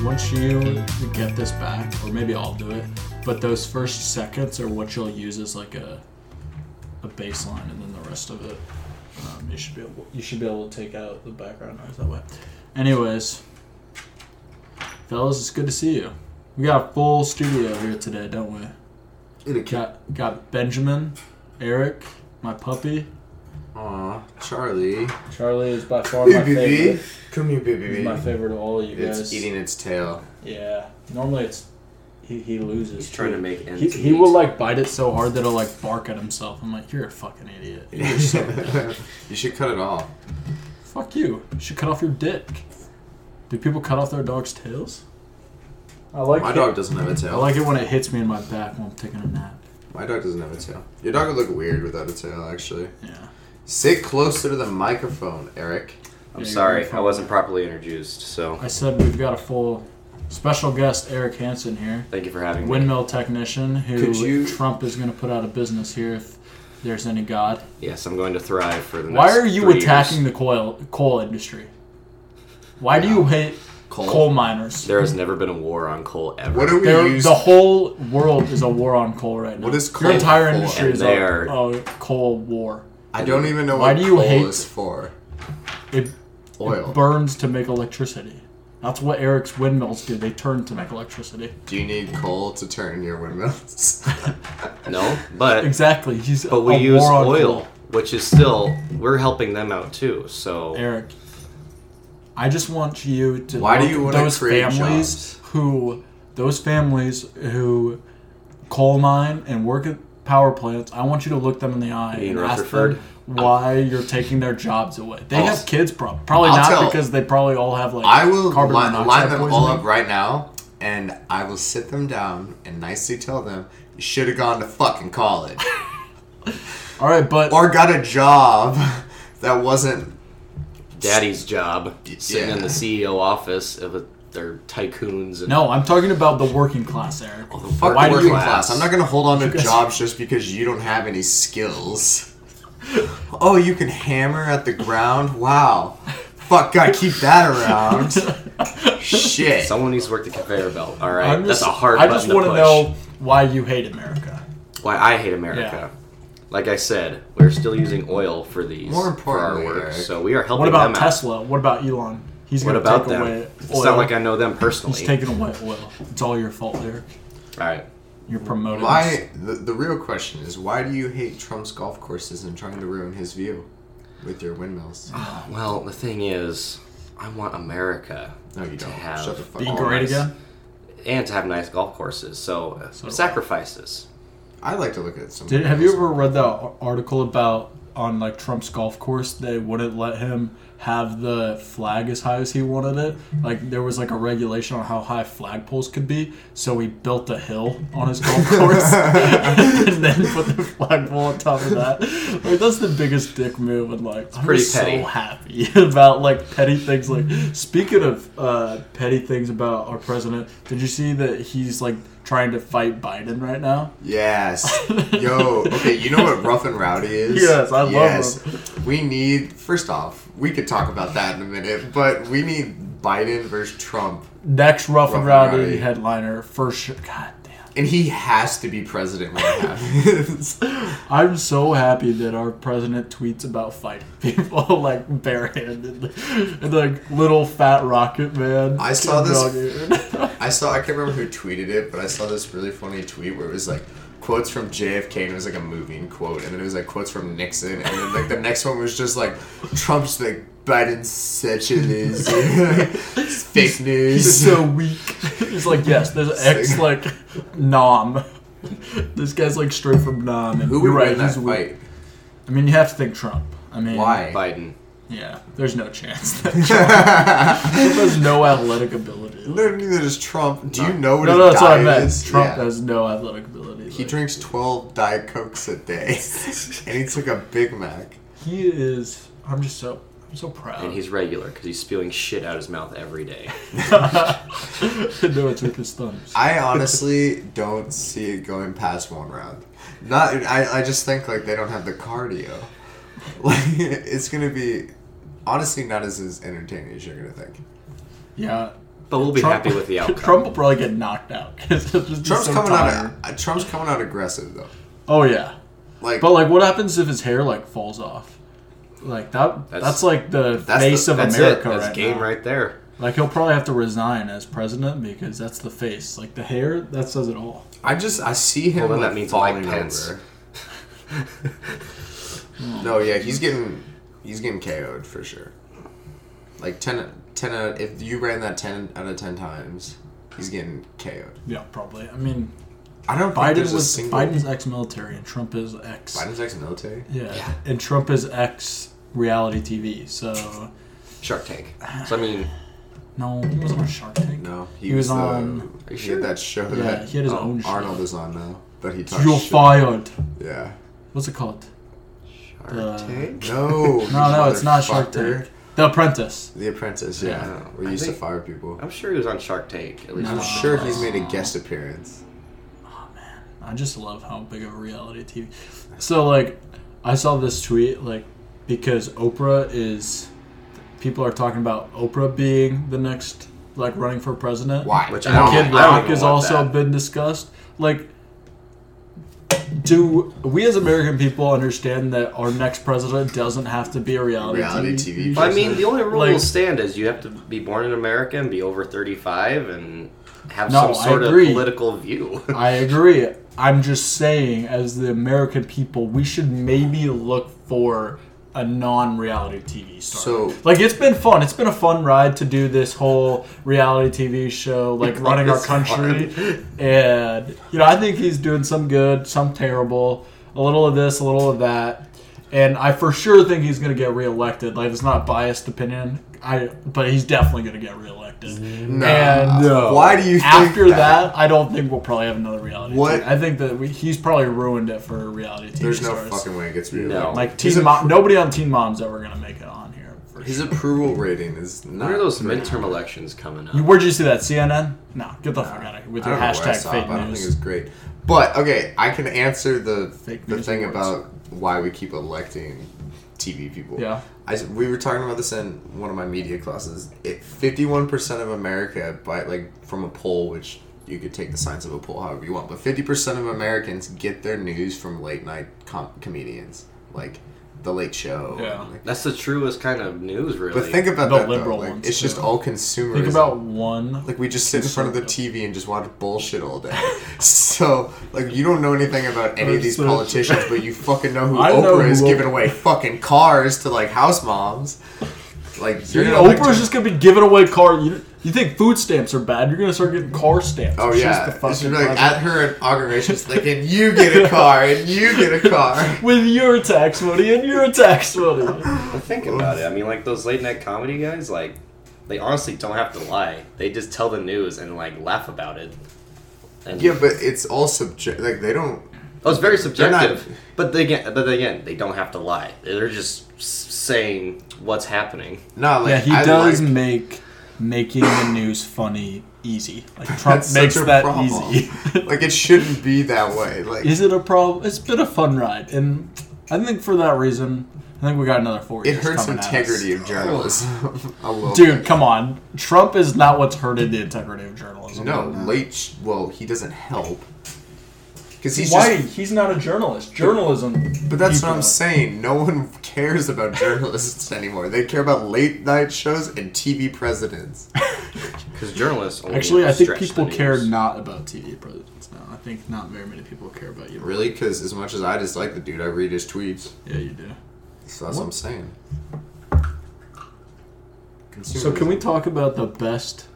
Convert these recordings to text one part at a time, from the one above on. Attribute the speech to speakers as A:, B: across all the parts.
A: once you get this back, or maybe I'll do it, but those first seconds are what you'll use as like a a baseline, and then the rest of it, um, you should be able, you should be able to take out the background noise that way. Anyways, fellas, it's good to see you. We got a full studio here today, don't we?
B: In a cat.
A: Got got Benjamin, Eric, my puppy.
B: Aw, Charlie.
A: Charlie is by far my favorite.
B: Come here,
A: He's
B: baby.
A: my favorite of all of you
B: It's
A: guys.
B: eating its tail.
A: Yeah. Normally it's he, he loses.
C: He's trying to
A: too.
C: make ends
A: He, he
C: meet.
A: will like bite it so hard that he'll like bark at himself. I'm like, you're a fucking idiot. You're so dumb."
B: you should cut it off.
A: Fuck you. You should cut off your dick. Do people cut off their dogs' tails? I like
B: My
A: it.
B: dog doesn't have a
A: I
B: tail.
A: like it when it hits me in my back while I'm taking a nap.
B: My dog doesn't have a tail. Your dog would look weird without a tail, actually.
A: Yeah.
B: Sit closer to the microphone, Eric.
A: Yeah,
C: I'm
A: you're
C: sorry,
A: right.
C: I wasn't properly introduced. So
A: I said we've got a full special guest, Eric Hansen here,
C: thank you for having me.
A: windmill technician, who
B: Could you-
A: Trump is going to put out of business here if there's any god.
C: Yes, I'm going to thrive for the next.
A: Why are you
C: three
A: attacking
C: years.
A: the coal coal industry? Why do you hate coal, miners?
C: There has never been a war on coal ever.
B: What are we
A: There-
B: use?
A: the whole world is a war on coal right now.
B: What is
A: Your
B: coal
A: entire
B: for?
A: industry
C: And
A: is
C: they
A: a,
C: are-
A: a coal war.
B: I don't even know
A: Why
B: what
A: do you
B: coal
A: hate-
B: is for.
A: It,
B: Oil.
A: it burns to make electricity. That's what Eric's windmills do. They turn to make electricity.
B: Do you need coal to turn your windmills?
C: No, but
A: Exactly. He's
C: but we
A: a
C: use
A: war on
C: oil,
A: coal.
C: which is still we're helping them out too. So
A: Eric, I just want you to
B: Why do
A: look
B: you
A: at
B: wanna
A: those
B: create
A: families
B: jobs?
A: who those families who coal mine and work at power plants. I want you to look them in the eye
C: mean
A: and ask
C: Rutherford?
A: them why you're taking their jobs away. They
B: I'll s-
A: have kids, prob- probably
B: I'll
A: not
B: tell-
A: because they probably all have like
B: I will
A: carbon
B: line, line
A: monoxide
B: them all
A: poisoning.
B: up right now, and I will sit them down and nicely tell them you should have gone to fucking college
A: All right, but
B: or got a job that wasn't
C: daddy's job, sitting in
B: yeah.
C: the CEO office of a, they're tycoons. And
A: no, I'm talking about the working class, Eric.
B: fuck
A: Why
B: the
A: do
B: working
A: you-
B: class. I'm not gonna hold on to
A: guys-
B: jobs just because you don't have any skills. oh, you can hammer at the ground. Wow. Fuck, God, keep that around. Shit.
C: Someone needs to work the conveyor belt. All right,
A: I'm
C: that's
A: just-
C: a hard.
A: I just
C: want
A: wanna
C: to
A: know why you hate America.
C: why I hate America. Like I said, we're still using oil for these
B: More
C: for our
B: importantly,
C: work,
B: Eric,
C: so we are helping
A: What about
C: them
A: Tesla? What about Elon? He's
C: out.
A: going
C: What
A: to
C: about
A: take
C: them?
A: away oil.
C: It's not like I know them personally.
A: He's taking away oil. It's all your fault, Eric.
C: All right,
A: You're promoting. this.
B: Why? The, the real question is why do you hate Trump's golf courses and trying to ruin his view with your windmills?
C: Well, the thing is, I want America
B: No, you
C: to
B: don't.
C: have
B: Shut the fuck
A: Be
B: up.
A: great
C: Oh, nice.
A: again?
C: and to have nice golf courses. So, uh,
A: So do I.
C: sacrifices.
B: I like to look at some.
A: Did,
B: of
A: have
B: those.
A: you ever read that ar- article about on like Trump's golf course? They wouldn't let him have the flag as high as he wanted it. Like there was like a regulation on how high flagpoles could be, so he built a hill on his golf course and then put the flagpole on top of that. Like that's the biggest dick move, and like I'm
C: pretty
A: just
C: petty.
A: so happy about like petty things. Like speaking of uh, petty things about our president, did you see that he's like trying to fight Biden right now?
B: Yes. Yo, okay, you know what Rough and Rowdy is?
A: Yes, I love
B: love We need, first off, we could talk about that in a minute, but we need Biden versus Trump.
A: Next rough, and
B: Rough and
A: rowdy,
B: Rowdy.
A: headliner for sure. God damn.
B: And he has to be president when it happens.
A: I'm so happy that our president tweets about fighting people like barehanded and like little fat rocket man.
B: I saw
A: Kim
B: this-
A: Jong-un.
B: I saw, I can't remember who tweeted it, but I saw this really funny tweet where it was like, quotes from JFK and it was like a moving quote and then it was like quotes from Nixon and then like the next one was just like Trump's like Biden's such a loser fake news
A: He's so weak. He's like, yes, there's an ex
B: Sick.
A: like nom. This guy's like straight from nom. And
B: who would
A: you're right,
B: win that
A: he's weak.
B: fight
A: I mean, you have to think Trump. I mean,
B: why
C: Biden.
A: Yeah, there's no chance. that Trump has no athletic ability.
B: No, neither does Trump. Do you know what
A: No,
B: his
A: no, that's what
B: diet
A: I meant.
B: is?
A: Trump
B: Yeah.
A: has no athletic ability.
B: He
A: like-
B: drinks twelve Diet Cokes a day and eats like a Big Mac.
A: He is. I'm just so. I'm so proud.
C: And he's regular because he's spewing shit out his mouth every day.
A: no, it's with his thumbs.
B: I honestly don't see it going past one round. Not. I, I just think like they don't have the cardio. Like it's gonna be honestly not as, as entertaining as you're gonna think.
A: yeah,
C: But we'll be
A: Trump-
C: happy with the outcome.
A: Trump will probably get knocked out. 'cause he'll just be
B: Trump's
A: so
B: coming
A: tired.
B: out. uh, Trump's coming out aggressive though.
A: Oh yeah,
B: Like,
A: but like, what happens if his hair like falls off? Like that. That's,
C: That's-
A: like the
B: that's
A: face
B: the-
A: of
C: That's
A: America
C: it. That's
A: right
C: game
A: now.
C: right there.
A: Like he'll probably have to resign as president because that's the face. Like the hair, that says it all.
B: I just I see him
C: Well, then
B: like,
C: that means
B: falling
C: Mike Pence.
B: over. no, yeah, he's getting he's getting KO'd for sure. Like 10, 10 out if you ran that ten out of ten times, he's getting KO'd.
A: Yeah, probably. I mean,
B: I don't. think
A: Biden
B: there's a
A: was
B: single,
A: Biden's ex-military and Trump is ex.
B: Biden's ex-military.
A: Yeah, and Trump is ex reality TV. So
C: Shark Tank. So I mean,
A: no, he wasn't on Shark Tank.
B: No,
A: He was
B: the-
A: on-
B: He had
C: you sure?
B: that show.
A: Yeah,
B: that,
A: he had his
B: um,
A: own show.
B: Arnold is on now, but he talks.
A: You're
B: shit.
A: fired.
B: Yeah.
A: What's it called?
C: Shark
A: Uh,
C: Tank.
B: No.
A: No, no, it's not Shark
B: motherfucker.
A: Tank. The Apprentice.
B: The Apprentice. Yeah,
C: Yeah.
B: where
C: I
B: you used
C: think-
B: to fire people.
C: I'm sure he was on Shark Tank at least.
A: No.
B: I'm
C: once.
B: sure he's made a guest appearance.
A: I just love how big of a reality TV. So like, I saw this tweet like because Oprah is, people are talking about Oprah being the next like running for president.
B: Why?
C: Which
A: And
C: I don't-
A: Kid
C: I don't
A: Rock
C: even
A: has
C: want
A: also
C: that.
A: been discussed. Like, do we as American people understand that our next president doesn't have to be a reality,
B: Reality TV
C: Well, I mean, the only rule
A: Like-
C: will stand is you have to be born in America and be over 35 and have
A: No,
C: some
A: I
C: sort of
A: agree.
C: political view.
A: I agree. I'm just saying, as the American people, we should maybe look for a non-reality TV star.
B: So-
A: like, it's been fun. It's been a fun ride to do this whole reality TV show, like running our
C: It's fun.
A: country. And you know, I think he's doing some good, some terrible, a little of this, a little of that. And I for sure think he's going to get reelected. Like, it's not a biased opinion. I, but he's definitely going to get reelected.
B: Nah.
A: And uh,
B: No. Why do you think
A: after
B: that?
A: that? I don't think we'll probably have another reality.
B: What?
A: TV. I think that we, he's probably ruined it for reality TV
B: There's no
A: stars.
B: fucking way it gets real.
C: No.
A: like
B: He's
A: Teen
B: a-
A: Mom. Nobody on Teen Mom's ever gonna make it on here. For
B: His
A: sure.
B: approval rating is not.
C: When are those midterm elections coming up?
A: You- Where'd you see that? CNN? No, get the fuck out of here with
B: I
A: your
B: don't know where I
A: hashtag
B: saw it,
A: fake
B: but I don't think it was
A: news.
B: great. But okay, I can answer the
A: Fake
B: the
A: news
B: thing
A: awards.
B: about why we keep electing TV people.
A: Yeah.
B: I s we were talking about this in one of my media classes. It fifty one percent of America by like from a poll, which you could take the science of a poll however you want, but fifty percent of Americans get their news from late night com- comedians like The Late Show.
A: Yeah.
B: and, like-
C: That's the truest kind of news, really.
B: but think about
A: The
B: that though.
A: liberal
B: Like,
A: ones,
B: it's just
A: too.
B: all consumerism.
A: Think about one.
B: Like we just sit in front of the TV and just watch bullshit all day. so like you don't know anything about any of these
A: That's so
B: politicians, but you fucking know who
A: I
B: Oprah
A: know who
B: is
A: Oprah-
B: giving away fucking cars to like house moms. Like you're
A: Dude,
B: gonna, like,
A: Oprah's just gonna be giving away car. You, you think food stamps are bad? You're gonna start getting car stamps.
B: Oh
A: It's just
B: yeah,
A: the fucking
B: it's really like,
A: president.
B: at her inauguration, it's like, and you get a car, and you get a car.
A: with your tax money and your tax money.
C: But think about it. I mean, like those late night comedy guys, like they honestly don't have to lie. They just tell the news and like laugh about it. And
B: Yeah, but it's all subject. Like they don't.
C: oh, it's very
B: They're not-
C: subjective. But they get, but again, they don't have to lie. They're just s- saying what's happening.
B: Nah, like
A: yeah, he
B: I
A: does
B: like-
A: make making the news funny easy. Like Trump
B: that's
A: makes
B: such a
A: that
B: problem.
A: easy.
B: like it shouldn't be that way. Like
A: Is it a problem? It's been a fun ride, and I think for that reason, I think we got another four
B: it
A: years.
B: hurts
A: coming at us.
B: integrity of journalism. a little bit.
A: Dude, come on. Trump is not what's hurted the integrity of journalism.
B: No, late. Sh- well, he doesn't help because he's
A: Why?
B: just.
A: He's not a journalist. Journalism.
B: But that's what
A: people-
B: I'm saying. No one cares about journalists anymore. They care about late night shows and TV presidents.
C: Because journalists only
A: Actually, I think
C: stretch the
A: people
C: news.
A: care not about TV presidents now. I think not very many people care about you.
B: Really? Because as much as I dislike the dude, I read his tweets.
A: Yeah, you do.
B: So that's what, I'm saying.
A: So can we talk about the best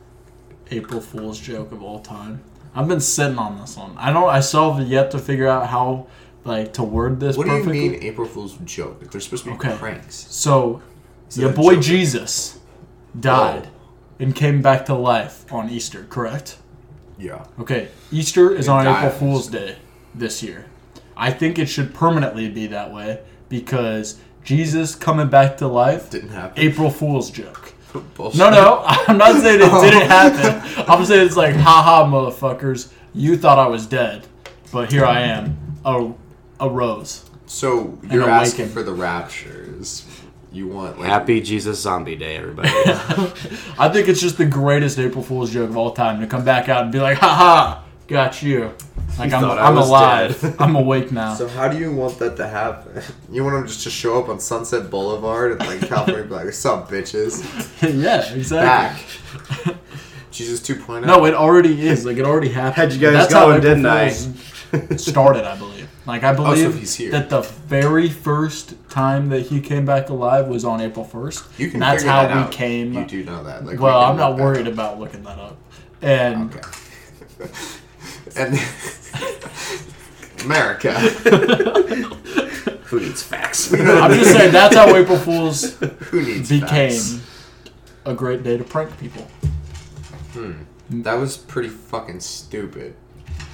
A: April Fool's joke of all time? I've been sitting on this one. I don't. I still have yet to figure out how like to word this
B: What do you
A: perfectly.
B: mean April Fool's joke? They're supposed to be
A: Okay.
B: pranks.
A: So,
B: So
A: your
B: the
A: boy
B: joke- Oh.
A: Jesus died and came back to life on Easter, correct?
B: Yeah.
A: Okay, Easter is
B: He
A: on
B: died
A: April
B: on
A: Fool's Day this year. I think it should permanently be that way because Jesus coming back to life,
B: Didn't happen.
A: April Fool's joke.
B: Bullshit.
A: No, no, I'm not saying it
C: Oh.
A: didn't happen. I'm saying it's like, haha, motherfuckers, you thought I was dead, but here I am, a, a rose.
B: So you're asking
A: awaken.
B: for the raptures. you want. Like,
C: Happy Jesus Zombie Day, everybody.
A: I think it's just the greatest April Fool's joke of all time to come back out and be like, haha, got you. Like,
C: You
A: I'm,
C: thought I
A: I'm
C: was
A: alive.
C: dead.
A: I'm awake now.
B: So how do you want that to happen? You want them just to show up on Sunset Boulevard and like California, be like, "What's up, bitches?
A: yeah, exactly.
B: Back." Jesus oh. 2.0.
A: No, it already is. Like, it already happened.
C: Had you guys
A: That's how
C: going,
A: April
C: didn't I?
A: Fool's started, I believe. Like, I
B: Oh, so
A: believe
B: he's here.
A: that the very first time that he came back alive was on April 1st.
B: you can.
A: and that's
B: figure
A: how
B: that
A: we
B: out.
A: came.
B: You do know that. Like, we
A: well,
B: can
A: I'm
B: look
A: not
B: that
A: worried
B: up.
A: about looking that up. And
B: Okay. and America,
C: Who needs facts?
A: I'm just saying that's how April Fools
B: who needs
A: became
B: facts?
A: a great day to prank people.
B: That was pretty fucking stupid.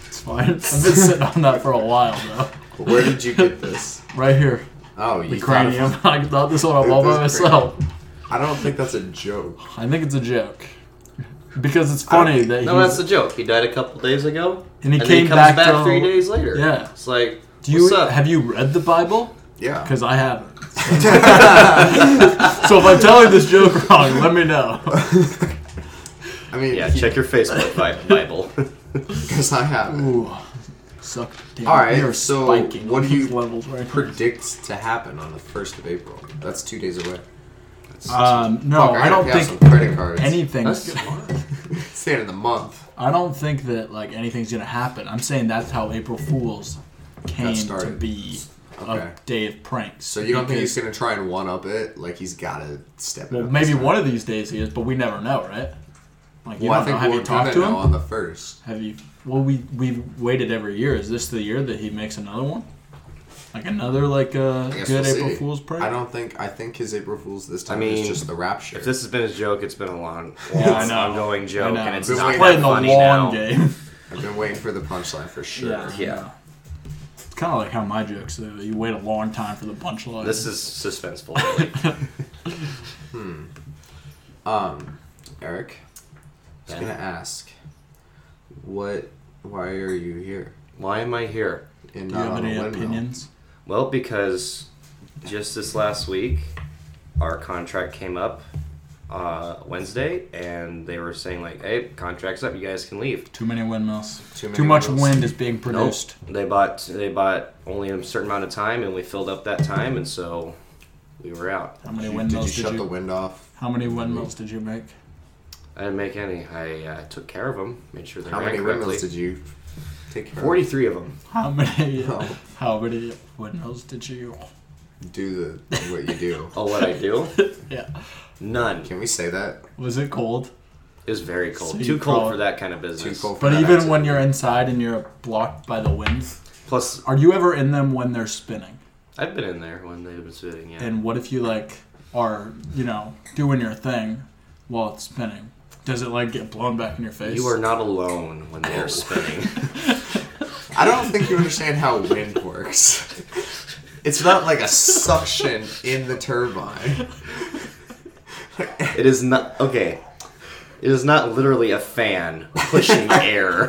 A: It's fine. I've been sitting on that for a while though.
B: Where did you get this?
A: Right here,
B: Oh,
A: the
B: you thought
A: cranium.
B: of,
A: I thought this one up all by
B: This cranium.
A: myself.
B: I don't think that's a joke.
A: I think it's a joke because it's
B: I don't
A: funny
B: think-
A: that
C: no, that's
A: he's.
C: the joke. He died a couple days ago,
A: And he
C: and
A: came
C: he comes
A: back
C: back,
A: to-
C: three days later.
A: Yeah.
C: it's like,
A: Do you
C: what's up?
A: have you read the Bible?
B: Yeah.
A: Because I haven't. So if I'm telling this joke wrong, let me know.
B: I mean,
C: yeah, check your Facebook Bi- Bible.
B: Because I have it.
A: Ooh, suck. Damn,
B: All right,
A: we are
B: so
A: spiking
B: what
A: on
B: do you
A: these levels right now.
B: Predicts to happen on the first of April. That's two days away.
A: Um, no,
B: Fuck,
A: I
B: gotta
A: don't
B: pay off
A: think
B: some credit cards.
A: anything's.
B: It's the end of the month.
A: I don't think that like anything's gonna happen. I'm saying that's how April Fools came to
B: started.
A: be
B: Okay.
A: a day of pranks.
B: So you don't think he's gonna try and one up it? Like he's gotta step. it
A: Well,
B: up
A: maybe
B: this time.
A: one of these days he is, but we never know, right? Like you
B: Well, I
A: don't know.
B: think
A: Have
B: we're
A: you talked
B: gonna
A: to him?
B: know on the first.
A: Have you? Well, we we waited every year. Is this the year that he makes another one? Like another like uh,
B: I guess
A: good
B: we'll
A: April
B: see.
A: Fool's prank?
B: I don't think. I think his April Fools this time
C: mean,
B: is just the rapture.
C: If this has been his joke, it's been a long,
A: Yeah, I
C: long,
A: know.
C: ongoing
A: I
C: joke,
A: know.
C: and it's
B: We're
C: not
A: playing
C: that
A: the long
C: funny now.
A: game.
B: I've been waiting for the punchline for sure.
A: I know. It's kind of like how my jokes though. You wait a long time for the punchline.
C: This is suspenseful. Really.
B: Um, Eric, I was
C: Yeah.
B: gonna ask, what? Why are you here?
C: Why am I here?
B: And
A: Do you have
B: on a
A: any
B: windmill?
A: opinions?
C: Well, because just this last week, our contract came up uh, Wednesday, and they were saying like, "Hey, contract's up. You guys can leave."
A: Too many windmills. Too,
B: Too many
A: much
B: windmills.
A: wind is being
C: Nope.
A: produced.
C: They bought they bought only a certain amount of time, and we filled up that time, and so we were out.
A: How many
B: Did you, did you
A: windmills did you?
B: shut the wind off?
A: how many windmills did you make?
C: I didn't make any. I uh, took care of them, made sure they
B: How
C: ran
B: many
C: correctly.
B: windmills did you take care of?
C: Forty-three of them.
A: How many?
B: Oh.
A: How many windmills did you?
B: Do the what you do.
C: Oh, what I do?
A: Yeah.
C: None.
B: Can we say that?
A: Was it cold?
C: It was very cold.
A: So you
C: Too cold
A: call-
C: for that kind of business.
B: Too cold. For
A: But
B: that
A: even
B: activity.
A: when you're inside and you're blocked by the wind,
C: Plus,
A: are you ever in them when they're spinning?
C: I've been in there when they've been sitting. Yeah.
A: And what if you like are you know doing your thing while it's spinning? Does it like get blown back in your face?
C: You are not alone when they are spinning.
B: I don't think you understand how wind works. It's not like a suction in the turbine.
C: it is not okay. It is not literally a fan pushing air.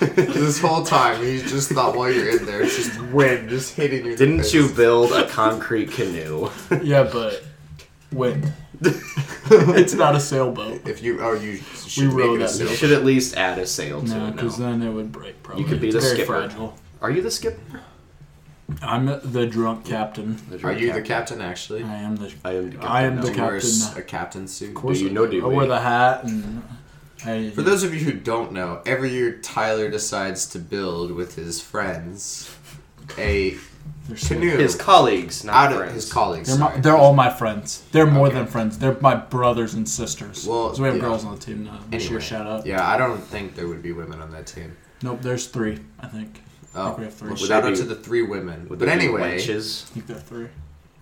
B: This whole time, you just thought while you're in there, it's just wind just hitting you. in the
C: Didn't
B: face.
C: you build a concrete canoe?
A: Yeah, but wind. it's not a sailboat.
B: If you, oh, you
A: We
B: should
A: row
B: make it a
A: that
C: You
B: sail.
C: should at least add a sail to
A: No,
C: it.
A: because
C: Now.
A: then it would break. Probably.
C: You could be
A: It's
C: the
A: very
C: skipper.
A: fragile.
C: Are you the skipper?
A: I'm the drunk captain.
B: Are you the captain actually?
A: I am the.
C: I am the
A: I am the
C: captain
B: Do you wear a
A: captain.
B: s- a captain suit?
A: Of course
C: Do you
A: I
C: know,
A: do.
C: do
A: I wear
C: we?
A: the hat and. I,
B: For those of you who don't know, every year Tyler decides to build with his friends a
A: they're, so-
B: canoe
C: His colleagues, not
B: out of
C: friends.
B: his colleagues.
A: they're, my,
B: sorry.
A: they're all my friends. They're more
B: Okay.
A: than friends. They're my brothers and sisters.
B: Well,
A: so we have
B: yeah.
A: girls on the team now. We should
B: Anyway,
A: shout out.
B: Yeah, I don't think there would be women on that team.
A: Nope, there's three. I think. I
B: Oh,
A: think we have three.
B: well,
A: I
B: shout
C: they
B: out
C: be-
B: to the three women. But
C: Would they be
B: anyway,
C: wenches?
A: think they're three.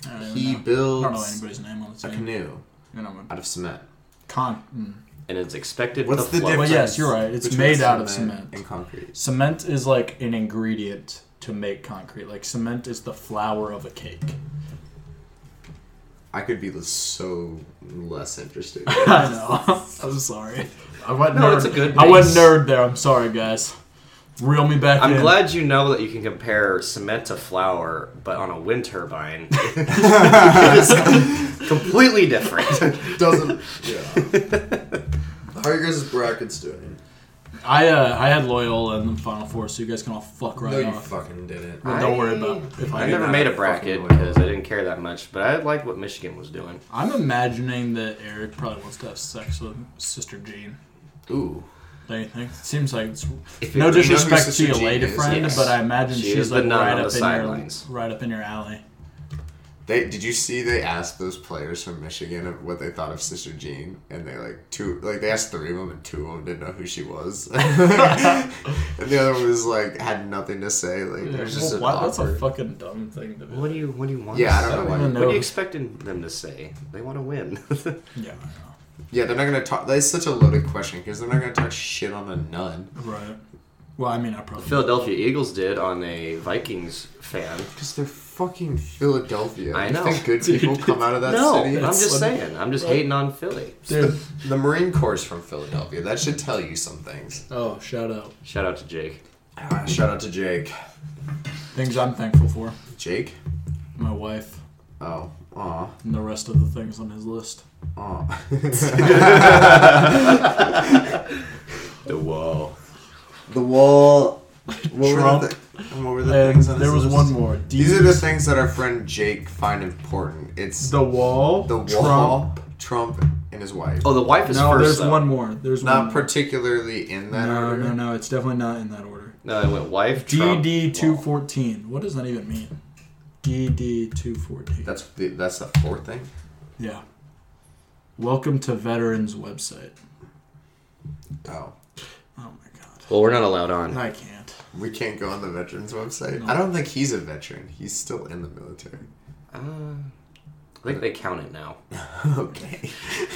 A: I don't even
B: he
A: know. I don't know
B: builds
A: anybody's name on the
B: a
A: team.
B: canoe
A: You know, I'm a-
B: out of cement.
A: Con. Mm.
C: and it's expected
B: What's
C: to
B: the
C: float.
B: difference?
A: Well, yes, you're right. It's
B: between
A: made out of cement.
B: and concrete.
A: Cement is like an ingredient to make concrete. Like cement is the flour of a cake.
B: I could be so less interested.
A: I know. I'm sorry. I went
C: No,
A: nerd.
C: it's a good
A: I went
C: base.
A: nerd there. I'm sorry, guys. Reel me back
C: I'm
A: in.
C: glad you know that you can compare cement to flour, but on a wind turbine, it's completely different.
B: Doesn't. Yeah. How are you guys' brackets doing?
A: I uh, I had Loyola in the Final Four, so you guys can all fuck right
B: no, you
A: off.
B: fucking didn't.
A: Well, don't worry about it. if I,
C: I
A: do
C: never
A: that.
C: made a bracket
B: Fucking
C: because I didn't care that much, but I like what Michigan was doing.
A: I'm imagining that Eric probably wants to have sex with Sister Jean.
B: Ooh.
A: Don't you think? It seems like it's
C: If
A: no
C: it-
B: know who
A: disrespect to your
B: Sister
A: lady
B: Jean is,
A: friend,
C: yes.
A: but I imagine
C: She is
A: she's
C: the
A: like
C: nun
A: right
C: on the
A: up in
C: sidelines.
A: your right up in your alley.
B: They did you see they asked those players from Michigan of what they thought of Sister Jean, and they like two like they asked three of them, and two of them didn't know who she was, and the other one was like had nothing to say. Like it was just
A: Well,
B: an
A: wow, that's a
B: awkward-
A: fucking dumb thing to do.
C: what do you What do you want?
B: Yeah, I
C: to
B: don't know
C: say?
B: why-
A: I don't
C: What are
A: know.
C: you expecting them to say? They want to win.
A: Yeah, I
B: yeah. They're not gonna talk. That's such a loaded question because they're not gonna talk shit on a nun.
A: know. Right. Well, I mean, I probably.
C: Philadelphia Eagles did on a Vikings fan.
B: Because they're fucking Philadelphia.
C: I
B: You
C: know.
B: think good people come out of that
C: no,
B: city?
C: I'm just
A: That's-
C: saying. I'm just hating on Philly.
A: Dude.
B: The Marine Corps is from Philadelphia. That should tell you some things.
A: Oh, shout out.
C: Shout out to Jake.
B: Ah, shout out to Jake.
A: Things I'm thankful for.
B: Jake.
A: My wife
B: Oh. Aw.
A: and the rest of the things on his list.
C: The wall.
B: the wall. What
A: Trump.
B: Were the, and what were the
A: And
B: things on
A: there was
B: his
A: one
B: list?
A: more.
B: These are the things that our friend Jake find important. It's the,
A: the wall.
B: wall, Trump, and his wife.
C: Oh, the wife is
A: No,
C: first.
A: there's
C: though.
A: one more. There's
B: Not
A: one.
B: particularly in that
A: no,
B: order.
A: no, no. It's definitely not in that order.
C: No, it went wife. Trump,
A: DD two
C: wall.
A: fourteen. What does that even mean? DD two fourteen.
B: That's the, that's the fourth thing.
A: Yeah. Welcome to Veterans website.
B: Oh,
A: Oh my god.
C: Well, we're not allowed on.
A: I can't.
B: we can't go on the veterans website.
A: No.
B: I don't think he's a veteran. He's still in the military.
C: Uh, I think they count it now.
B: okay.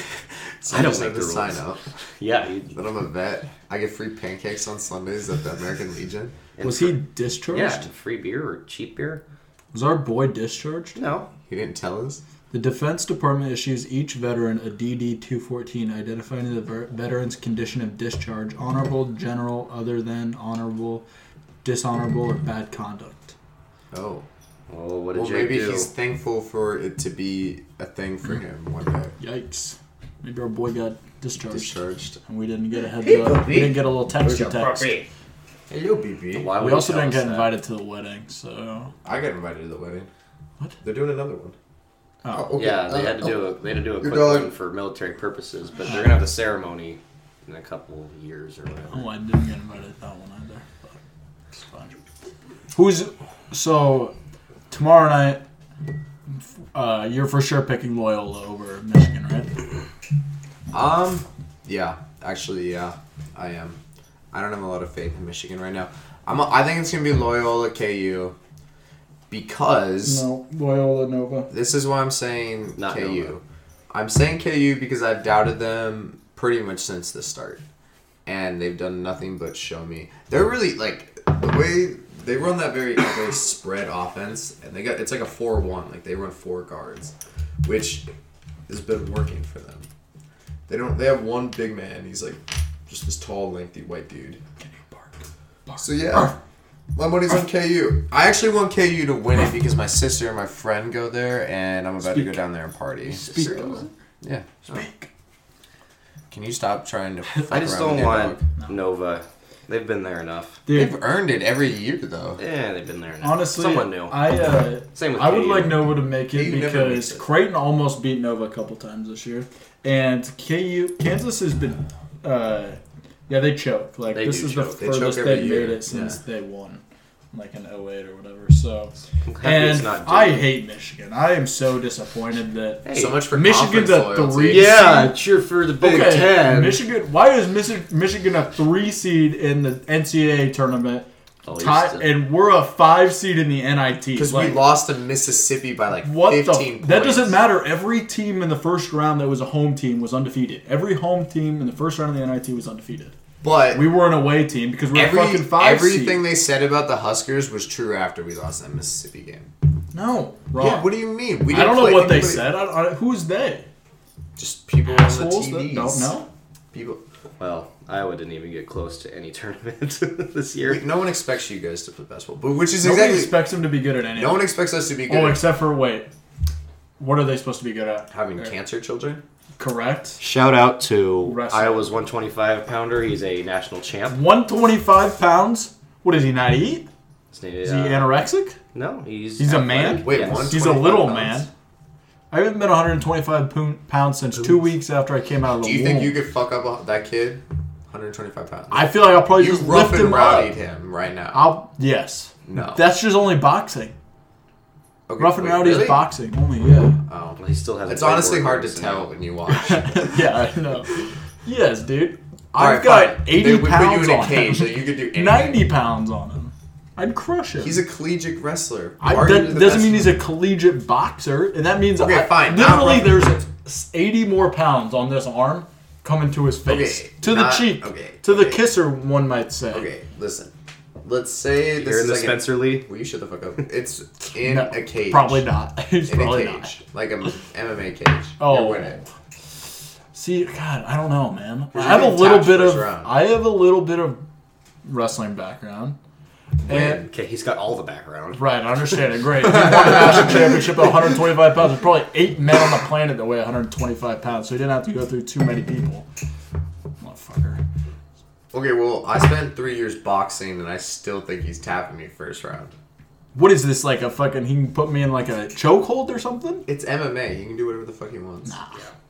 B: so
C: I don't
B: just
C: make
B: have
C: the
B: to sign
C: rules.
B: up.
C: Yeah. You,
B: That I'm a vet. I get free pancakes on Sundays at the American Legion.
C: and
A: Was
C: fr-
A: he discharged?
C: Yeah, and free beer or cheap beer?
A: Was our boy discharged?
C: No.
B: He didn't tell us.
A: The Defense Department issues each veteran a DD 214 identifying the ver- veteran's condition of discharge, honorable, general, other than, honorable, dishonorable, or bad conduct.
B: Oh.
C: Well, what did
B: Well,
C: Jake
B: maybe
C: do?
B: he's thankful for it to be a thing for him one day.
A: Yikes. Maybe our boy got discharged.
B: Discharged.
A: And we didn't get a heads
B: Hey,
A: up.
B: puppy.
A: We didn't get a little text to text.
B: Hello, BB.
C: Why would
A: We
C: he
A: also
C: tell
A: didn't
C: us
A: get
C: that?
A: invited to the wedding, so. oh.
B: I got invited to the wedding.
A: What?
B: They're doing another one.
A: Oh.
C: Yeah, they had to do a they had to do a quick
B: dog.
C: one for military purposes, but they're gonna have the ceremony in a couple of years or whatever.
A: Oh, I didn't get invited to that one either. But it's fine. Who's so tomorrow night? Uh, you're for sure picking Loyola over Michigan, right?
B: Um, yeah, actually, yeah, I am. I don't have a lot of faith in Michigan right now. I'm. I think it's gonna be Loyola KU because
A: Loyola Nova.
B: this is why I'm saying
C: Not
B: KU.
C: Nova.
B: I'm saying KU because I've doubted them pretty much since the start, and they've done nothing but show me. They're really like the way they run that very very spread offense, and they got it's like a four one. Like they run four guards, which has been working for them. They don't. They have one big man. He's like just this tall, lengthy white dude. So yeah, my money's on KU. I actually want KU to win it because my sister and my friend go there, and I'm about to go down there and party.
C: Speak.
B: Yeah. Speak. Can you stop trying to? Fuck
C: I just
B: around with
C: don't
B: your
C: want
B: dog?
C: Nova. They've been there enough.
A: Dude,
B: They've earned it every year though.
C: Yeah, they've been there enough.
A: honestly,
C: someone new.
A: I uh,
C: Same with
A: I would
C: KU.
A: like Nova to make it
B: KU never
A: because
B: makes it.
A: Creighton almost beat Nova a couple times this year, and KU Kansas has been, uh, yeah, they choke. Like
C: They
A: this
C: do
A: is the
C: choke.
B: They choke
A: furthest
B: every
A: they've
B: year,
A: made it since
B: yeah.
A: they won, like in 08 or whatever. So.
C: I'm happy it's
A: And
C: not Duke.
A: I hate Michigan. I am so disappointed that.
C: Hey,
B: So much for
A: Michigan's
B: Michigan's
A: a three-
C: Yeah, cheer for the Big Ten.
A: Michigan. Why is Mis- Michigan a three seed in the NCAA tournament,
C: Oh, you're
A: tie,
C: still-
A: and we're a five seed in the NIT?
B: Because
A: Like,
B: we lost to Mississippi by like
A: What the?
B: fifteen.
A: f- That doesn't
B: points.
A: matter. Every team in the first round that was a home team was undefeated. Every home team in the first round of the NIT was undefeated.
B: But
A: We were an away team because we were
B: every,
A: a fucking five
B: everything
A: seed.
B: they said about the Huskers was true after we lost that Mississippi game.
A: no, wrong.
B: Yeah. What do you mean? We
A: I don't know
B: play
A: what they
B: anybody-
A: said. I, don't- I, who's they?
B: Just people on the
A: Assholes that
B: TVs.
A: don't know.
B: People.
C: well, Iowa didn't even get close to any tournament this
B: Like,
C: year.
B: no one expects you guys to play basketball, but which is
A: Nobody
B: exactly
A: expects them to be good at anything.
B: no one expects us to be good.
A: oh,
B: at
A: except for wait. What are they supposed to be good at?
B: having
A: Uh,
B: cancer children.
A: Correct.
C: Shout out to
A: Wrestling.
C: Iowa's 125 pounder. He's a national champ.
A: One twenty-five pounds. What does he not eat?
C: His name is,
A: Is
C: uh,
A: he anorexic?
C: no, he's
A: He's a
C: athletic.
A: man?
B: Wait,
C: Yes.
B: one-
A: He's a little
B: 25
A: man.
B: pounds?
A: I haven't been 125 poon- pounds since two weeks after I came out of the
B: Do you
A: womb.
B: think you could fuck up a, that kid? 125 pounds.
A: I feel like I'll probably
B: you
A: just
B: rough
A: lift
B: and
A: him
B: rowdied
A: up.
B: him right now.
A: I'll yes.
B: no.
A: That's just only boxing.
B: Okay,
A: Rough and
B: wait,
A: rowdy
B: really?
A: is boxing only. Yeah.
B: Oh.
C: Well, he still has.
B: It's
C: a big
B: honestly
C: workout,
B: hard to
C: isn't
B: tell
C: it?
B: when you watch.
A: yeah, I know. Yes, dude.
B: All
A: I've
B: right,
A: got
B: fine.
A: 80
B: They would
A: pounds
B: put you in a
A: on
B: cage, so
A: him.
B: you could do anything.
A: 90 pounds on him. I'd crush him.
B: He's a collegiate wrestler.
A: I,
B: Why are you
A: that doesn't
B: the best-
A: mean he's a collegiate boxer, and that means
B: Okay,
A: I-
B: fine, not
A: Literally,
B: rough.
A: there's s- 80 more pounds on this arm coming to his face,
B: Okay,
A: to
B: not-
A: the cheek,
B: okay,
A: to the
B: okay.
A: kisser, one might say.
B: Okay, listen. Let's say this
C: You're in
B: is
C: the
B: like a-
C: Spencer Lee.
B: Will you shut the fuck up? It's in
A: No,
B: a cage.
A: Probably not. He's
B: In
A: probably
B: a
A: not.
B: cage, like an MMA cage.
A: Oh.
B: You're winning.
A: See, God, I don't know, man. I
B: you're
A: have a
B: getting
A: little
B: tapped
A: bit
B: first
A: of
B: round.
A: I have a little bit of wrestling background, and
C: Okay, he's got all the background.
A: right, I understand it. Great, you won the national championship at 125 pounds. There's probably eight men on the planet that weigh 125 pounds, so he didn't have to go through too many people. Motherfucker.
B: Okay, well, I spent three years boxing, and I still think he's tapping me first round.
A: What is this like a fucking? He can put me in like a chokehold or something.
B: It's MMA. He can do whatever the fuck he wants.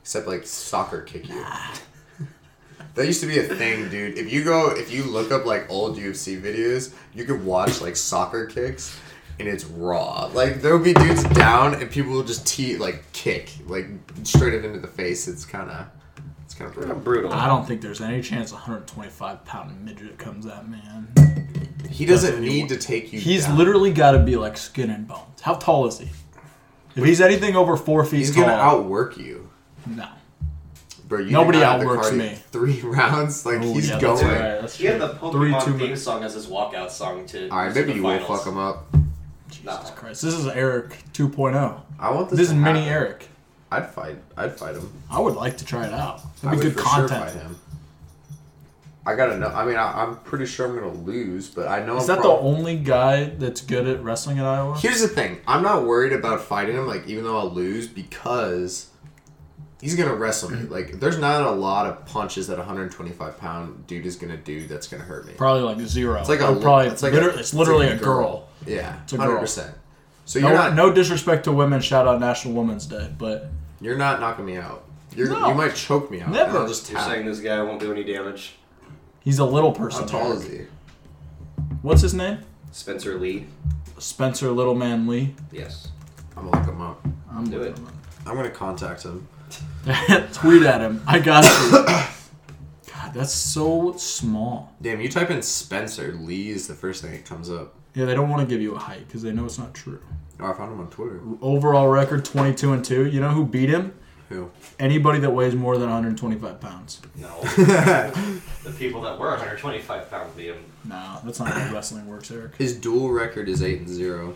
B: Except like soccer kick you. That used to be a thing, dude. If you go, if you look up like old UFC videos, you could watch like soccer kicks, and it's raw. Like there'll be dudes down, and people will just tee like kick like straight up into the face. It's kind of, it's kind of brutal.
C: Brutal.
A: I don't think there's any chance a 125 pound midget comes at man.
B: He doesn't need to take you.
A: He's
B: down.
A: literally got to be like skin and bones. How tall is he? If he's anything over four feet
B: He's
A: tall,
B: gonna outwork you.
A: no.
B: Bro, you
A: Nobody
B: did not have the
A: outworks
B: cardio-
A: me.
B: Three rounds, like
A: Oh,
B: he's
A: yeah,
B: going.
A: that's right, that's
C: He had
A: true.
C: the
A: Three,
C: Pokemon
A: two
C: theme
A: minutes.
C: song as his walkout song to.
B: All right,
C: to
B: maybe
C: the
B: you will
C: finals.
B: fuck him up.
A: Jesus Christ, this is Eric 2.0.
B: I want this.
A: This is
B: to
A: mini
B: happen.
A: Eric.
B: I'd fight. I'd fight him.
A: I would like to try it out.
B: I
A: That'd be
B: would
A: good
B: for sure
A: content.
B: fight him. I gotta know. I mean, I, I'm pretty sure I'm gonna lose, but I know.
A: is
B: I'm
A: that the
B: prob-
A: only guy that's good at wrestling at Iowa?
B: Here's the thing. I'm not worried about fighting him. Like, even though I'll lose, because he's gonna wrestle me. Like, there's not a lot of punches that 125 pound dude is gonna do that's gonna hurt me.
A: Probably like zero.
B: It's like a.
A: Or probably
B: it's like
A: liter-
B: a,
A: it's literally
B: like
A: a girl.
B: Yeah,
A: a girl.
B: hundred percent. So
A: No,
B: you're not.
A: no disrespect to women. Shout out National Women's Day, but
B: You're not knocking me out. You're,
A: No.
B: You might choke me out.
A: Never.
B: and I'll just
C: You're
B: tap.
C: saying this guy won't do any damage.
A: he's a little person.
B: How tall
A: Eric.
B: is he?
A: What's his name?
C: Spencer Lee.
A: Spencer Little Man Lee.
C: Yes.
B: I'm gonna look him up.
A: I'm
C: Do
A: with
C: it.
A: him.
B: I'm gonna contact him.
A: Tweet at him. I got you. God, that's so small.
B: Damn, you type in Spencer Lee is the first thing that comes up.
A: Yeah, they don't want to give you a height because they know it's not true.
B: Oh, I found him on Twitter.
A: Overall record 22 and 2. You know who beat him?
B: Who?
A: Anybody that weighs more than 125 pounds.
C: No. the people that were 125 pound beat him.
A: Nah, that's not how wrestling works, Eric.
B: His dual record is eight and zero.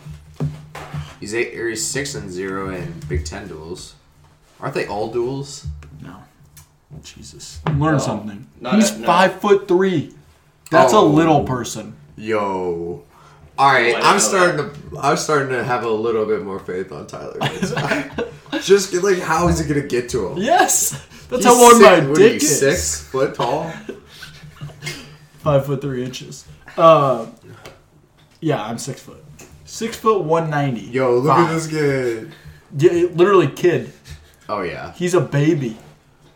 B: He's eight or he's six and zero in Big Ten duels. Aren't they all duels?
A: No. Jesus. Learn
C: No.
A: something.
C: Not
A: He's
C: at- no.
A: five foot three. That's a
B: Oh.
A: little person.
B: Yo. Alright,
C: Oh, I didn't know
B: I'm starting to I'm starting to have a little bit more faith on Tyler. Just like how is it gonna get to him?
A: Yes. That's
B: He's
A: how long
B: six-
A: my
B: what are
A: dick
B: you,
A: is.
B: Six foot tall?
A: five foot three inches. Uh, yeah, I'm six foot. Six foot one ninety.
B: Yo, look
A: Five.
B: at this kid.
A: Yeah, it- literally, kid.
B: Oh yeah.
A: He's a baby.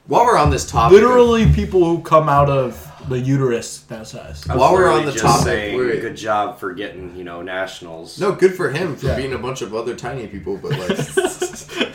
B: While we're on this topic,
A: Literally, people who come out of the uterus that size.
B: While we're
C: Literally
B: on the
C: just
B: topic,
C: saying,
B: wait.
C: good job for getting you know nationals.
B: No, good for him for
A: Yeah.
B: being a bunch of other tiny people, but like,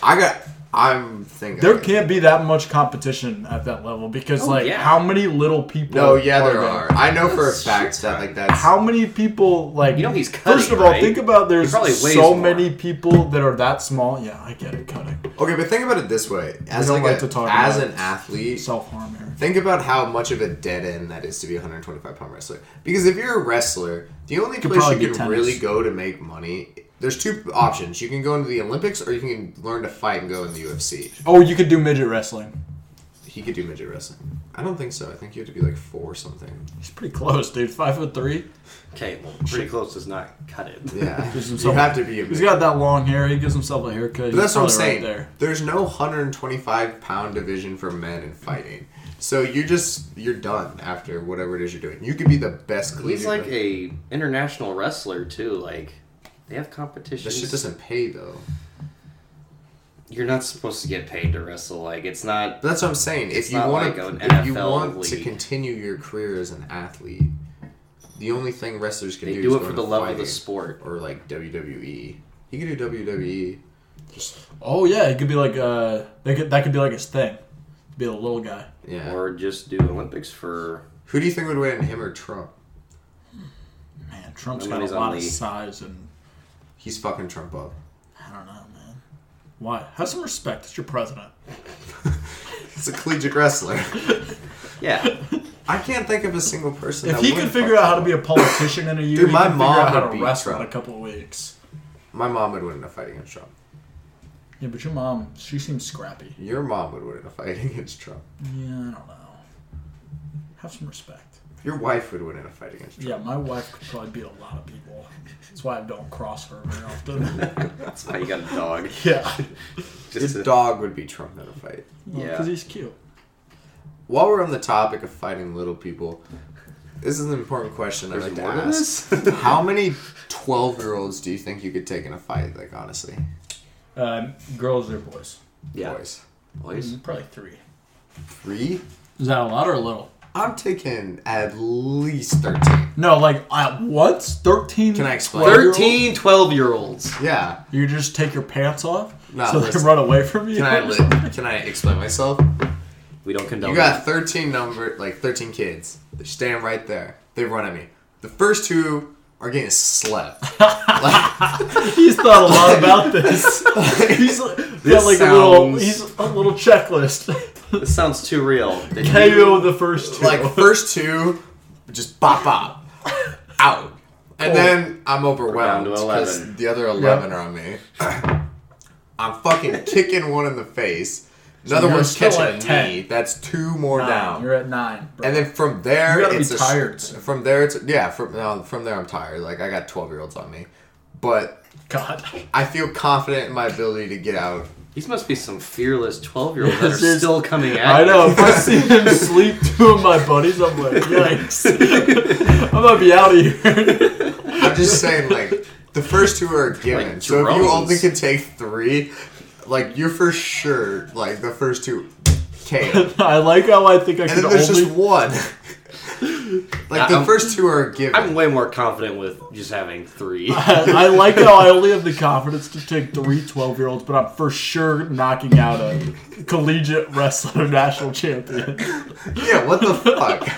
B: I got, I'm thinking.
A: There can't be that much competition at that level because, like,
C: yeah.
A: how many little people?
B: No, yeah, there
A: there?
B: are. I know for a
C: That's
B: fact that like that's.
A: How many people like?
C: You know he's
A: first
C: cutting,
A: of all,
C: right?
A: think about there's
C: He probably weighs
A: so
C: more.
A: many people that are that small. Yeah, I get it. Cutting
B: okay, but think about it this way: as
A: don't
B: like,
A: like
B: a,
A: to talk
B: as
A: about
B: an athlete,
A: self harm here.
B: think about how much of a dead end that is to be a 125 pound wrestler. Because if you're a wrestler, the only place
A: probably
B: you
A: be
B: can
A: tennis.
B: really go to make money. There's two options. You can go into the Olympics, or you can learn to fight and go in the UFC.
A: Oh, you could do midget wrestling.
B: he could do midget wrestling. I don't think so. I think you have to be like four something.
A: He's pretty close, dude. Five foot three.
C: Okay, well, pretty close does not cut it.
B: Yeah,
A: Gives
B: you
A: himself-
B: have to be a
A: He's
B: midget.
A: got that long hair. He gives himself a haircut.
B: But that's
A: He's
B: what I'm
A: probably right
B: saying.
A: there.
B: There's no 125 pound division for men in fighting. So you just you're done after whatever it is you're doing. You could be the best.
C: He's
B: collegiate
C: like
B: wrestler.
C: a international wrestler too. Like they have
B: That shit
C: competitions.
B: doesn't pay though.
C: You're not supposed to get paid to wrestle. Like it's not.
B: But that's what I'm saying.
C: It's
B: if you
C: not
B: want
C: like an
B: to, if you
C: NFL
B: want to
C: league.
B: continue your career as an athlete, the only thing wrestlers can
C: They
B: do,
C: do
B: is
C: it
B: go
C: for
B: into
C: the love of the
B: fighting.
C: sport.
B: or like WWE. He could do E. WWE. Just
A: Oh yeah, it could be like uh, they could that could be like his thing. Be a little guy.
B: yeah.
C: Or just do Olympics for
B: Who do you think would win, him or Trump?
A: Man, Trump's
C: My
A: got a
C: money's
A: lot
C: on
A: of
C: Lee.
A: size, and
B: He's fucking Trump up.
A: I don't know, man. Why? Have some respect. It's your president.
B: He's a collegiate wrestler.
C: yeah.
B: I can't think of a single person.
A: If
B: that
A: he
B: would
A: could
B: fuck
A: figure out how to be a
B: Trump.
A: politician in a year,
B: Dude,
A: he
B: my
A: could figure
B: mom
A: out how
B: would
A: to
B: beat
A: wrestle in a
B: Trump.
A: couple of weeks.
B: my mom would win in a fight against Trump.
A: Yeah, but your mom, she seems scrappy.
B: Your mom would win in a fight against Trump.
A: Yeah, I don't know. Have some respect.
B: Your wife would win in a fight against Trump.
A: Yeah, my wife could probably beat a lot of people. That's why I don't cross her very often.
C: That's why you got a dog.
A: yeah,
C: Just
B: Your
C: to-
B: dog would beat Trump in a fight.
A: yeah,
C: Yeah.
A: because he's cute.
B: While we're on the topic of fighting little people, this is an important question I'd
C: There's
B: like to
C: more to
B: ask. How many 12 year olds do you think you could take in a fight, like, honestly?
A: Um, girls or boys?
C: yeah.
B: Boys.
C: Boys.
A: Probably three.
B: Three?
A: Is that a lot or a little?
B: I'm taking at least 13.
A: No, like at once, thirteen.
B: Can I explain?
C: 13 12 year olds.
B: Yeah.
A: You just take your pants off,
B: Nah,
A: so
B: listen.
A: they run away from you.
B: Can I, can I explain myself?
C: We don't condone
B: You got 13 number, like 13 kids. They're standing right there. They run at me. The first two are getting slept. Like,
A: he's thought a lot about this. he's like, got like a little.
B: sounds-
A: He's a little checklist.
C: that. This sounds too real. Did
A: KO the first two.
B: like first two, just bop bop, out,
A: Oh.
B: and then I'm overwhelmed
C: We're down to
B: because
C: 11.
B: the other eleven are on me. I'm fucking kicking one in the face. Another
A: you're
B: one's
A: still
B: catching
A: at
B: a
A: 10.
B: knee. That's two more down.
A: You're at nine. Bro.
B: and then from there,
A: You gotta be
B: it's a sh-
A: tired, so-
B: From there, it's yeah. From no, from there, I'm tired. Like I got 12 year olds on me, but
A: God,
B: I feel confident in my ability to get out.
C: These must be some fearless 12 year olds that are
A: This is-
C: still coming at
A: I know.
C: you.
A: If I see him sleep two of my buddies, I'm like, yikes! I'm gonna be out of here.
B: I'm just saying, like the first two are given.
C: Like
B: so if you
C: drones.
B: only can take three, like you're for sure, like the first two KO.
A: I like how I think I
B: And
A: can
B: then there's
A: only.
B: just one. like the
C: I'm-
B: first two are given.
C: I'm way more confident with just having three.
A: I like how I only have the confidence to take three 12 year olds, but I'm for sure knocking out a collegiate wrestler national champion.
B: yeah, what the fuck?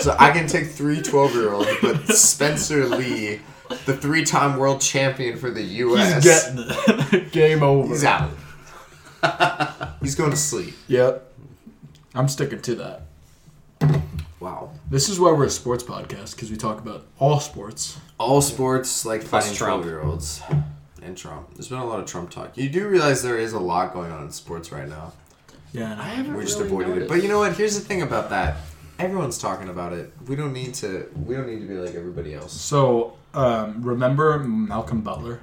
B: So I can take three 12 year olds, but Spencer Lee, the three time world champion for the
A: He's
B: US,
A: getting it. Game over.
B: he's out. he's going to sleep.
A: Yep. I'm sticking to that.
B: Wow.
A: This is why we're a sports podcast because we talk about all sports.
B: all sports like fighting
C: Trump.
B: 12 year olds and Trump. There's been a lot of Trump talk. You do realize there is a lot going on in sports right now.
A: Yeah.
C: haven't
B: We just
C: really
B: avoided it.
C: noticed.
B: But you know what? Here's the thing about that. Everyone's talking about it. We don't need to. We don't need to be like everybody else.
A: So um, remember Malcolm Butler.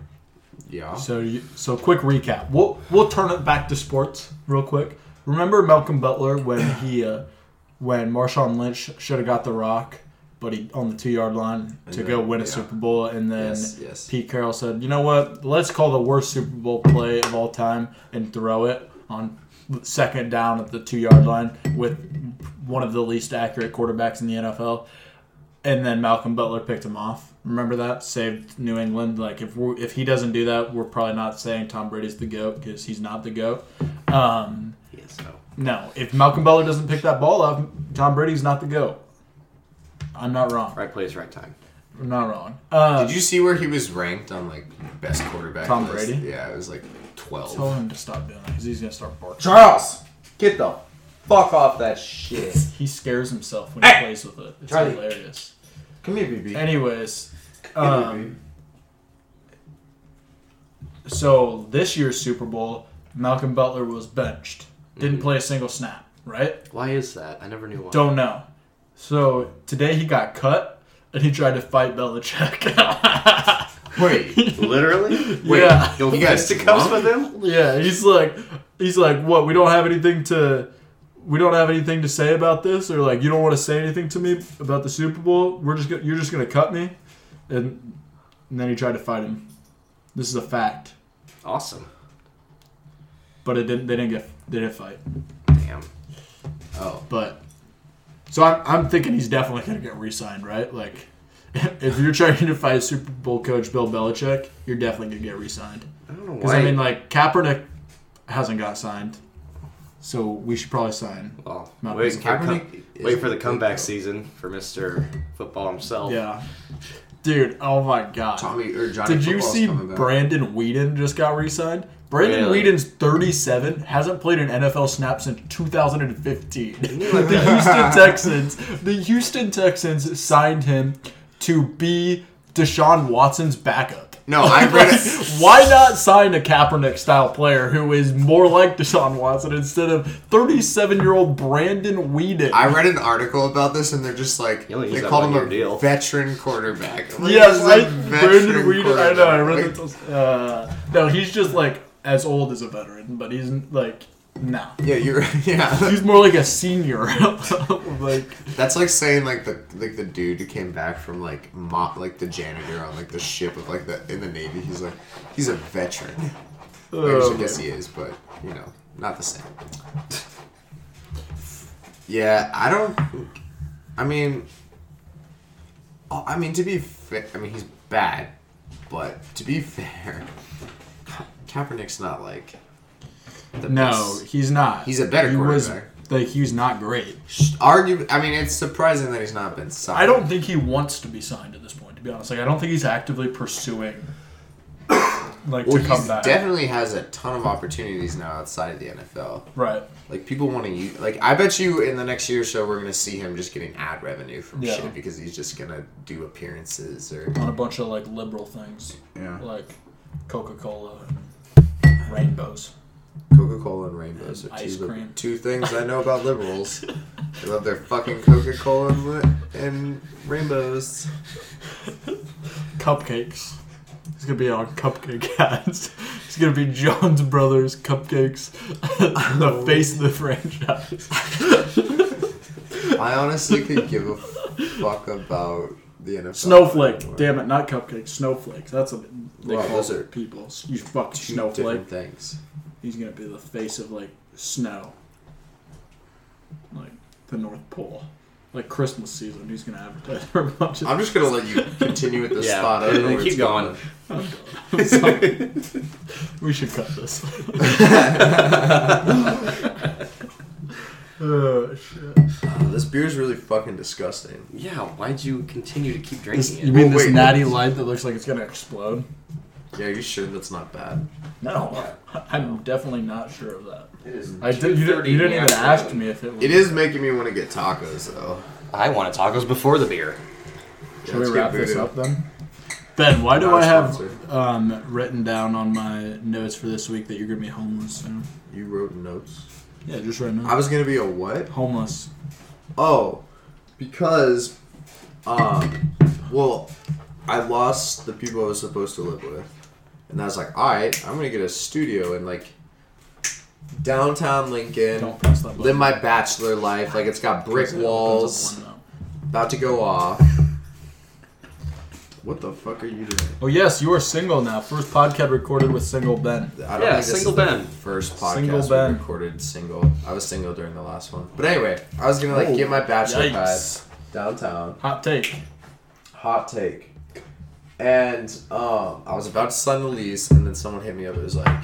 B: Yeah.
A: So you, so quick recap. We'll we'll turn it back to sports real quick. Remember Malcolm Butler when he uh, when Marshawn Lynch should have got the rock, but he on the two yard line to
B: then-
A: go win a
B: yeah.
A: Super Bowl, and then
B: Yes, yes.
A: Pete Carroll said, "You know what? Let's call the worst Super Bowl play of all time and throw it on second down at the two yard line with one of the least accurate quarterbacks in the NFL." and then Malcolm Butler picked him off. Remember that saved New England. Like if we if he doesn't do that, we're probably not saying Tom Brady's the goat because he's not the goat. Um,
C: Yeah, so.
A: no, if Malcolm Butler doesn't pick that ball up, Tom Brady's not the goat. I'm not wrong.
C: Right place, right time.
A: I'm not wrong. Uh,
B: Did you see where he was ranked on like best quarterback?
A: Tom
B: list?
A: Brady?
B: Yeah, it was like 12.
A: tell him to stop doing that because he's gonna start barking.
B: Charles, get the fuck off that shit.
A: He scares himself when he plays with it. It's
B: Charlie.
A: hilarious.
B: Come here, BB.
A: Anyways, um, so this year's Super Bowl, Malcolm Butler was benched. Didn't play a single snap. right?
C: Why is that? I never knew why.
A: Don't know. So today he got cut and he tried to fight Belichick.
B: Wait,
C: Literally?
B: wait,
A: Yeah.
B: you guys
C: Fisticuffs
B: drunk?
C: with him?
A: yeah, he's like he's like, what, we don't have anything to we don't have anything to say about this, or like you don't want to say anything to me about the Super Bowl. We're just gonna, you're just gonna cut me, and, and then he tried to fight him. This is a fact,
C: Awesome.
A: but it didn't. They didn't get they didn't fight.
C: Damn.
B: Oh,
A: But so I'm, I'm thinking he's definitely going to get re-signed, right? Like, if you're trying to fight Super Bowl coach Bill Belichick, you're definitely going to get re-signed.
C: I don't know
A: Because
C: why.
A: I mean, like Kaepernick hasn't got signed, so we should probably sign.
C: well,
A: Not-
C: wait, for the
B: Kaepernick
C: com-
B: is-
C: wait for the comeback season for Mr. Football himself.
A: Yeah, dude. Oh my god.
B: Tommy or Johnny.
A: Did you
B: Football's
A: see
B: coming back.
A: Brandon Whedon just got re-signed? Brandon
C: Really?
A: Whedon's 37, hasn't played an NFL snap since 2015. the
C: like that.
A: Houston Texans, the Houston Texans signed him to be Deshaun Watson's backup.
B: No, I read it.
A: Why not sign a Kaepernick style player who is more like Deshaun Watson instead of 37 year old Brandon Whedon?
B: I read an article about this, and they're just like
C: You only use
B: they
C: that
B: called him
C: one-year
B: a
C: deal.
B: veteran quarterback. Like,
A: yeah,
B: this is a
A: right.
B: veteran
A: Brandon Weed. I
B: quarterback.
A: know. I read
B: Like,
A: that. Uh, no, he's just like as old as a veteran, but he's like no.
B: Yeah, you're. Yeah,
A: He's more like a senior. like
B: that's like saying like the like the dude who came back from like mop like the janitor on like the ship with like the in the navy. He's like he's a veteran. Like, I
A: um,
B: guess he is, but you know, not the same. Yeah, I don't. I mean, oh, I mean to be fair, I mean he's bad, but to be fair, Ka- Kaepernick's not like the
A: no,
B: best.
A: he's not.
B: He's a better
A: he was,
B: quarterback.
A: Like he's not great.
B: Argue. I mean, it's surprising that he's not been signed.
A: I don't think he wants to be signed at this point. To be honest, like I don't think he's actively pursuing like
B: Well,
A: to come
B: he's
A: back.
B: definitely has a ton of opportunities now outside of the NFL.
A: right.
B: Like people want to use. Like I bet you in the next year or so we're gonna see him just getting ad revenue from
A: Yeah.
B: shit because he's just gonna do appearances or.
A: on a bunch of like liberal things,
B: Yeah.
A: like Coca Cola and rainbows.
B: Coca Cola and rainbows are
A: And
B: two,
A: ice
B: li-
A: cream.
B: two things I know about liberals. they love their fucking Coca Cola and, li- and rainbows.
A: Cupcakes. He's gonna be on cupcake ads. He's gonna be Jones Brothers cupcakes, the
B: Oh.
A: face of the franchise.
B: I honestly could give a fuck about the NFL.
A: Snowflake.
B: more.
A: Damn it, not cupcakes. Snowflakes. That's what they
B: Wow,
A: call
B: those are
A: people. You fucking
B: Two
A: snowflake.
B: different things.
A: He's gonna be the face of like snow, like the North Pole, like Christmas season. He's gonna advertise for a bunch of.
B: I'm just gonna let you continue with this
C: Yeah,
B: spot. I don't know where
C: keep
B: it's
C: going.
A: Sorry. we should cut this. oh shit!
B: Uh, this beer's really fucking disgusting.
C: Yeah, why'd you continue to keep drinking
A: you
C: it?
A: mean
B: Well,
A: this
B: wait.
A: natty light that looks like it's gonna explode?
B: Yeah, you sure that's not bad?
A: No, I'm definitely not sure of that.
C: It is
A: I did. You, didn't- you didn't
C: 2:30 in
A: even
C: the
A: ask
C: afternoon.
A: me if it was.
B: It is making me want to get tacos though.
C: I wanted tacos before the beer.
A: Should
B: Let's
A: we
B: get
A: wrap this
B: voodoo.
A: up then? Ben, why do
B: Not
A: I
B: a
A: have
B: sponsor.
A: um, written down on my notes for this week that you're gonna be homeless soon?
B: You wrote notes.
A: Yeah, just right now.
B: I was gonna be a what?
A: homeless.
B: Oh, because, um, well, I lost the people I was supposed to live with, and I was like, all right, I'm gonna get a studio in like downtown Lincoln,
A: Don't press that button.
B: live my bachelor life. Like it's got brick
A: Press it, opens up
B: walls,
A: one now.
B: about to go off. What the fuck are you doing?
A: Oh yes, you are single now. First podcast recorded with single Ben.
B: I
C: Yeah,
B: this is
C: single
B: the
C: Ben.
B: First podcast
A: Single
B: we
A: Ben.
B: recorded single. I was single during the last one. But anyway, I was gonna like
A: Oh,
B: get my bachelor
A: yikes.
B: pad downtown.
A: Hot take.
B: Hot take. And um, I was about to sign the lease, and then someone hit me up. It was like,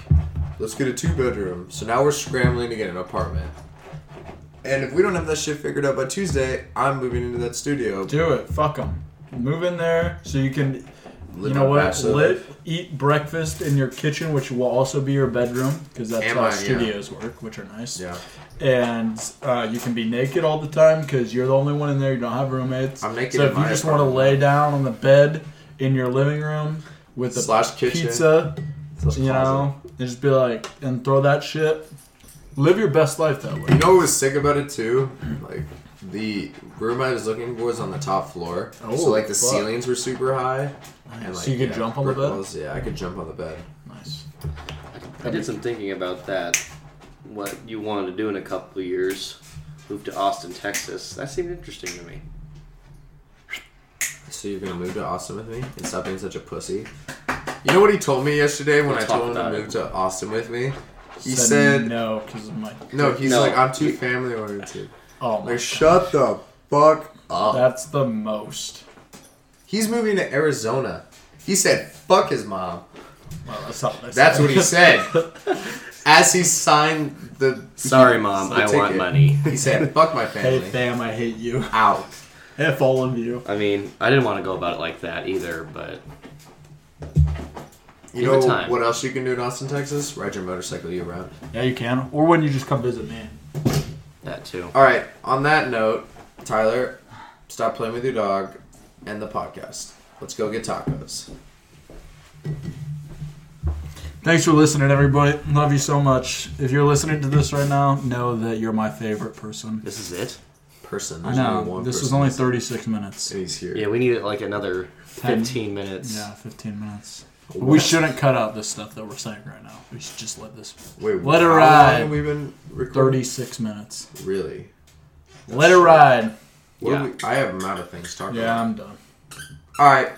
B: "Let's get a two bedroom." So now we're scrambling to get an apartment. And if we don't have that shit figured out by Tuesday, I'm moving into that studio.
A: Do it. Fuck them. Move in there so you can, you
B: Live
A: know
B: my
A: what?
B: bachelor
A: Live,
B: life.
A: eat breakfast in your kitchen, which will also be your bedroom because that's
B: And
A: how
B: mine, yeah.
A: studios work, which are nice.
B: Yeah,
A: And uh, you can be naked all the time because you're the only one in there. You don't have roommates.
B: I'm naked
A: So
B: in
A: if you
B: my
A: just want to
B: apartment.
A: lay down on the bed in your living room with a
B: Slash kitchen.
A: pizza,
B: It's a
A: you
B: closet.
A: know, and just be like, and throw that shit. Live your best life that way.
B: You know what was sick about it too? Like the room I was looking for was on the top floor,
A: Oh,
B: so like the
A: fuck.
B: ceilings were super high. And,
A: so
B: like,
A: you could
B: yeah,
A: jump on the
B: brick
A: bed.
B: walls. Yeah, I could jump on the bed.
A: Nice.
C: I did some thinking about that. What you wanted to do in a couple of years. Move to Austin, Texas. That seemed interesting to me.
B: So you're gonna move to Austin with me and stop being such a pussy. You know what he told me yesterday when
C: We'll
B: I
C: talk
B: told him to
C: about it.
B: move to Austin with me? He
A: Said
B: said, no.
A: no because of my.
B: he's
C: No.
B: like, I'm too family oriented.
A: Oh my.
B: Like, shut the fuck up.
A: That's the most.
B: he's moving to Arizona. He said, fuck his mom.
A: Well, that's not. That's,
B: That's what he said. As he signed the.
C: Sorry, mom.
B: the
C: I want
B: ticket,
C: money.
B: He said, fuck my
A: hey,
B: family.
A: fam, I hate you.
B: Out.
A: F all of you.
C: I mean, I didn't want to go about it like that either, but
B: You
C: Give it
B: know
C: time.
B: what else you can do in Austin, Texas? Ride your motorcycle year round.
A: Yeah, you can. Or when you just come visit me.
C: that too.
B: All right. On that note, Tyler, stop playing with your dog, and the podcast. Let's go get tacos.
A: Thanks for listening, everybody. Love you so much. If you're listening to this right now, know that you're my favorite person.
C: This is it.
B: Person.
A: I
B: there's only
A: know.
B: one
A: This was
B: person
A: only
B: listening,
A: 36 minutes.
B: and He's here.
C: Yeah, we needed like another
A: Ten.
C: 15 minutes.
A: Yeah, 15 minutes.
B: What?
A: We shouldn't cut out this stuff that we're saying right now. We should just let this.
B: Wait.
A: Let it
B: how long
A: ride.
B: have we been recording?
A: 36 minutes.
B: Really?
A: Let it ride.
B: What do
C: Yeah.
B: we- I have a lot of things to talk
A: Yeah, I'm done.
B: about. All right.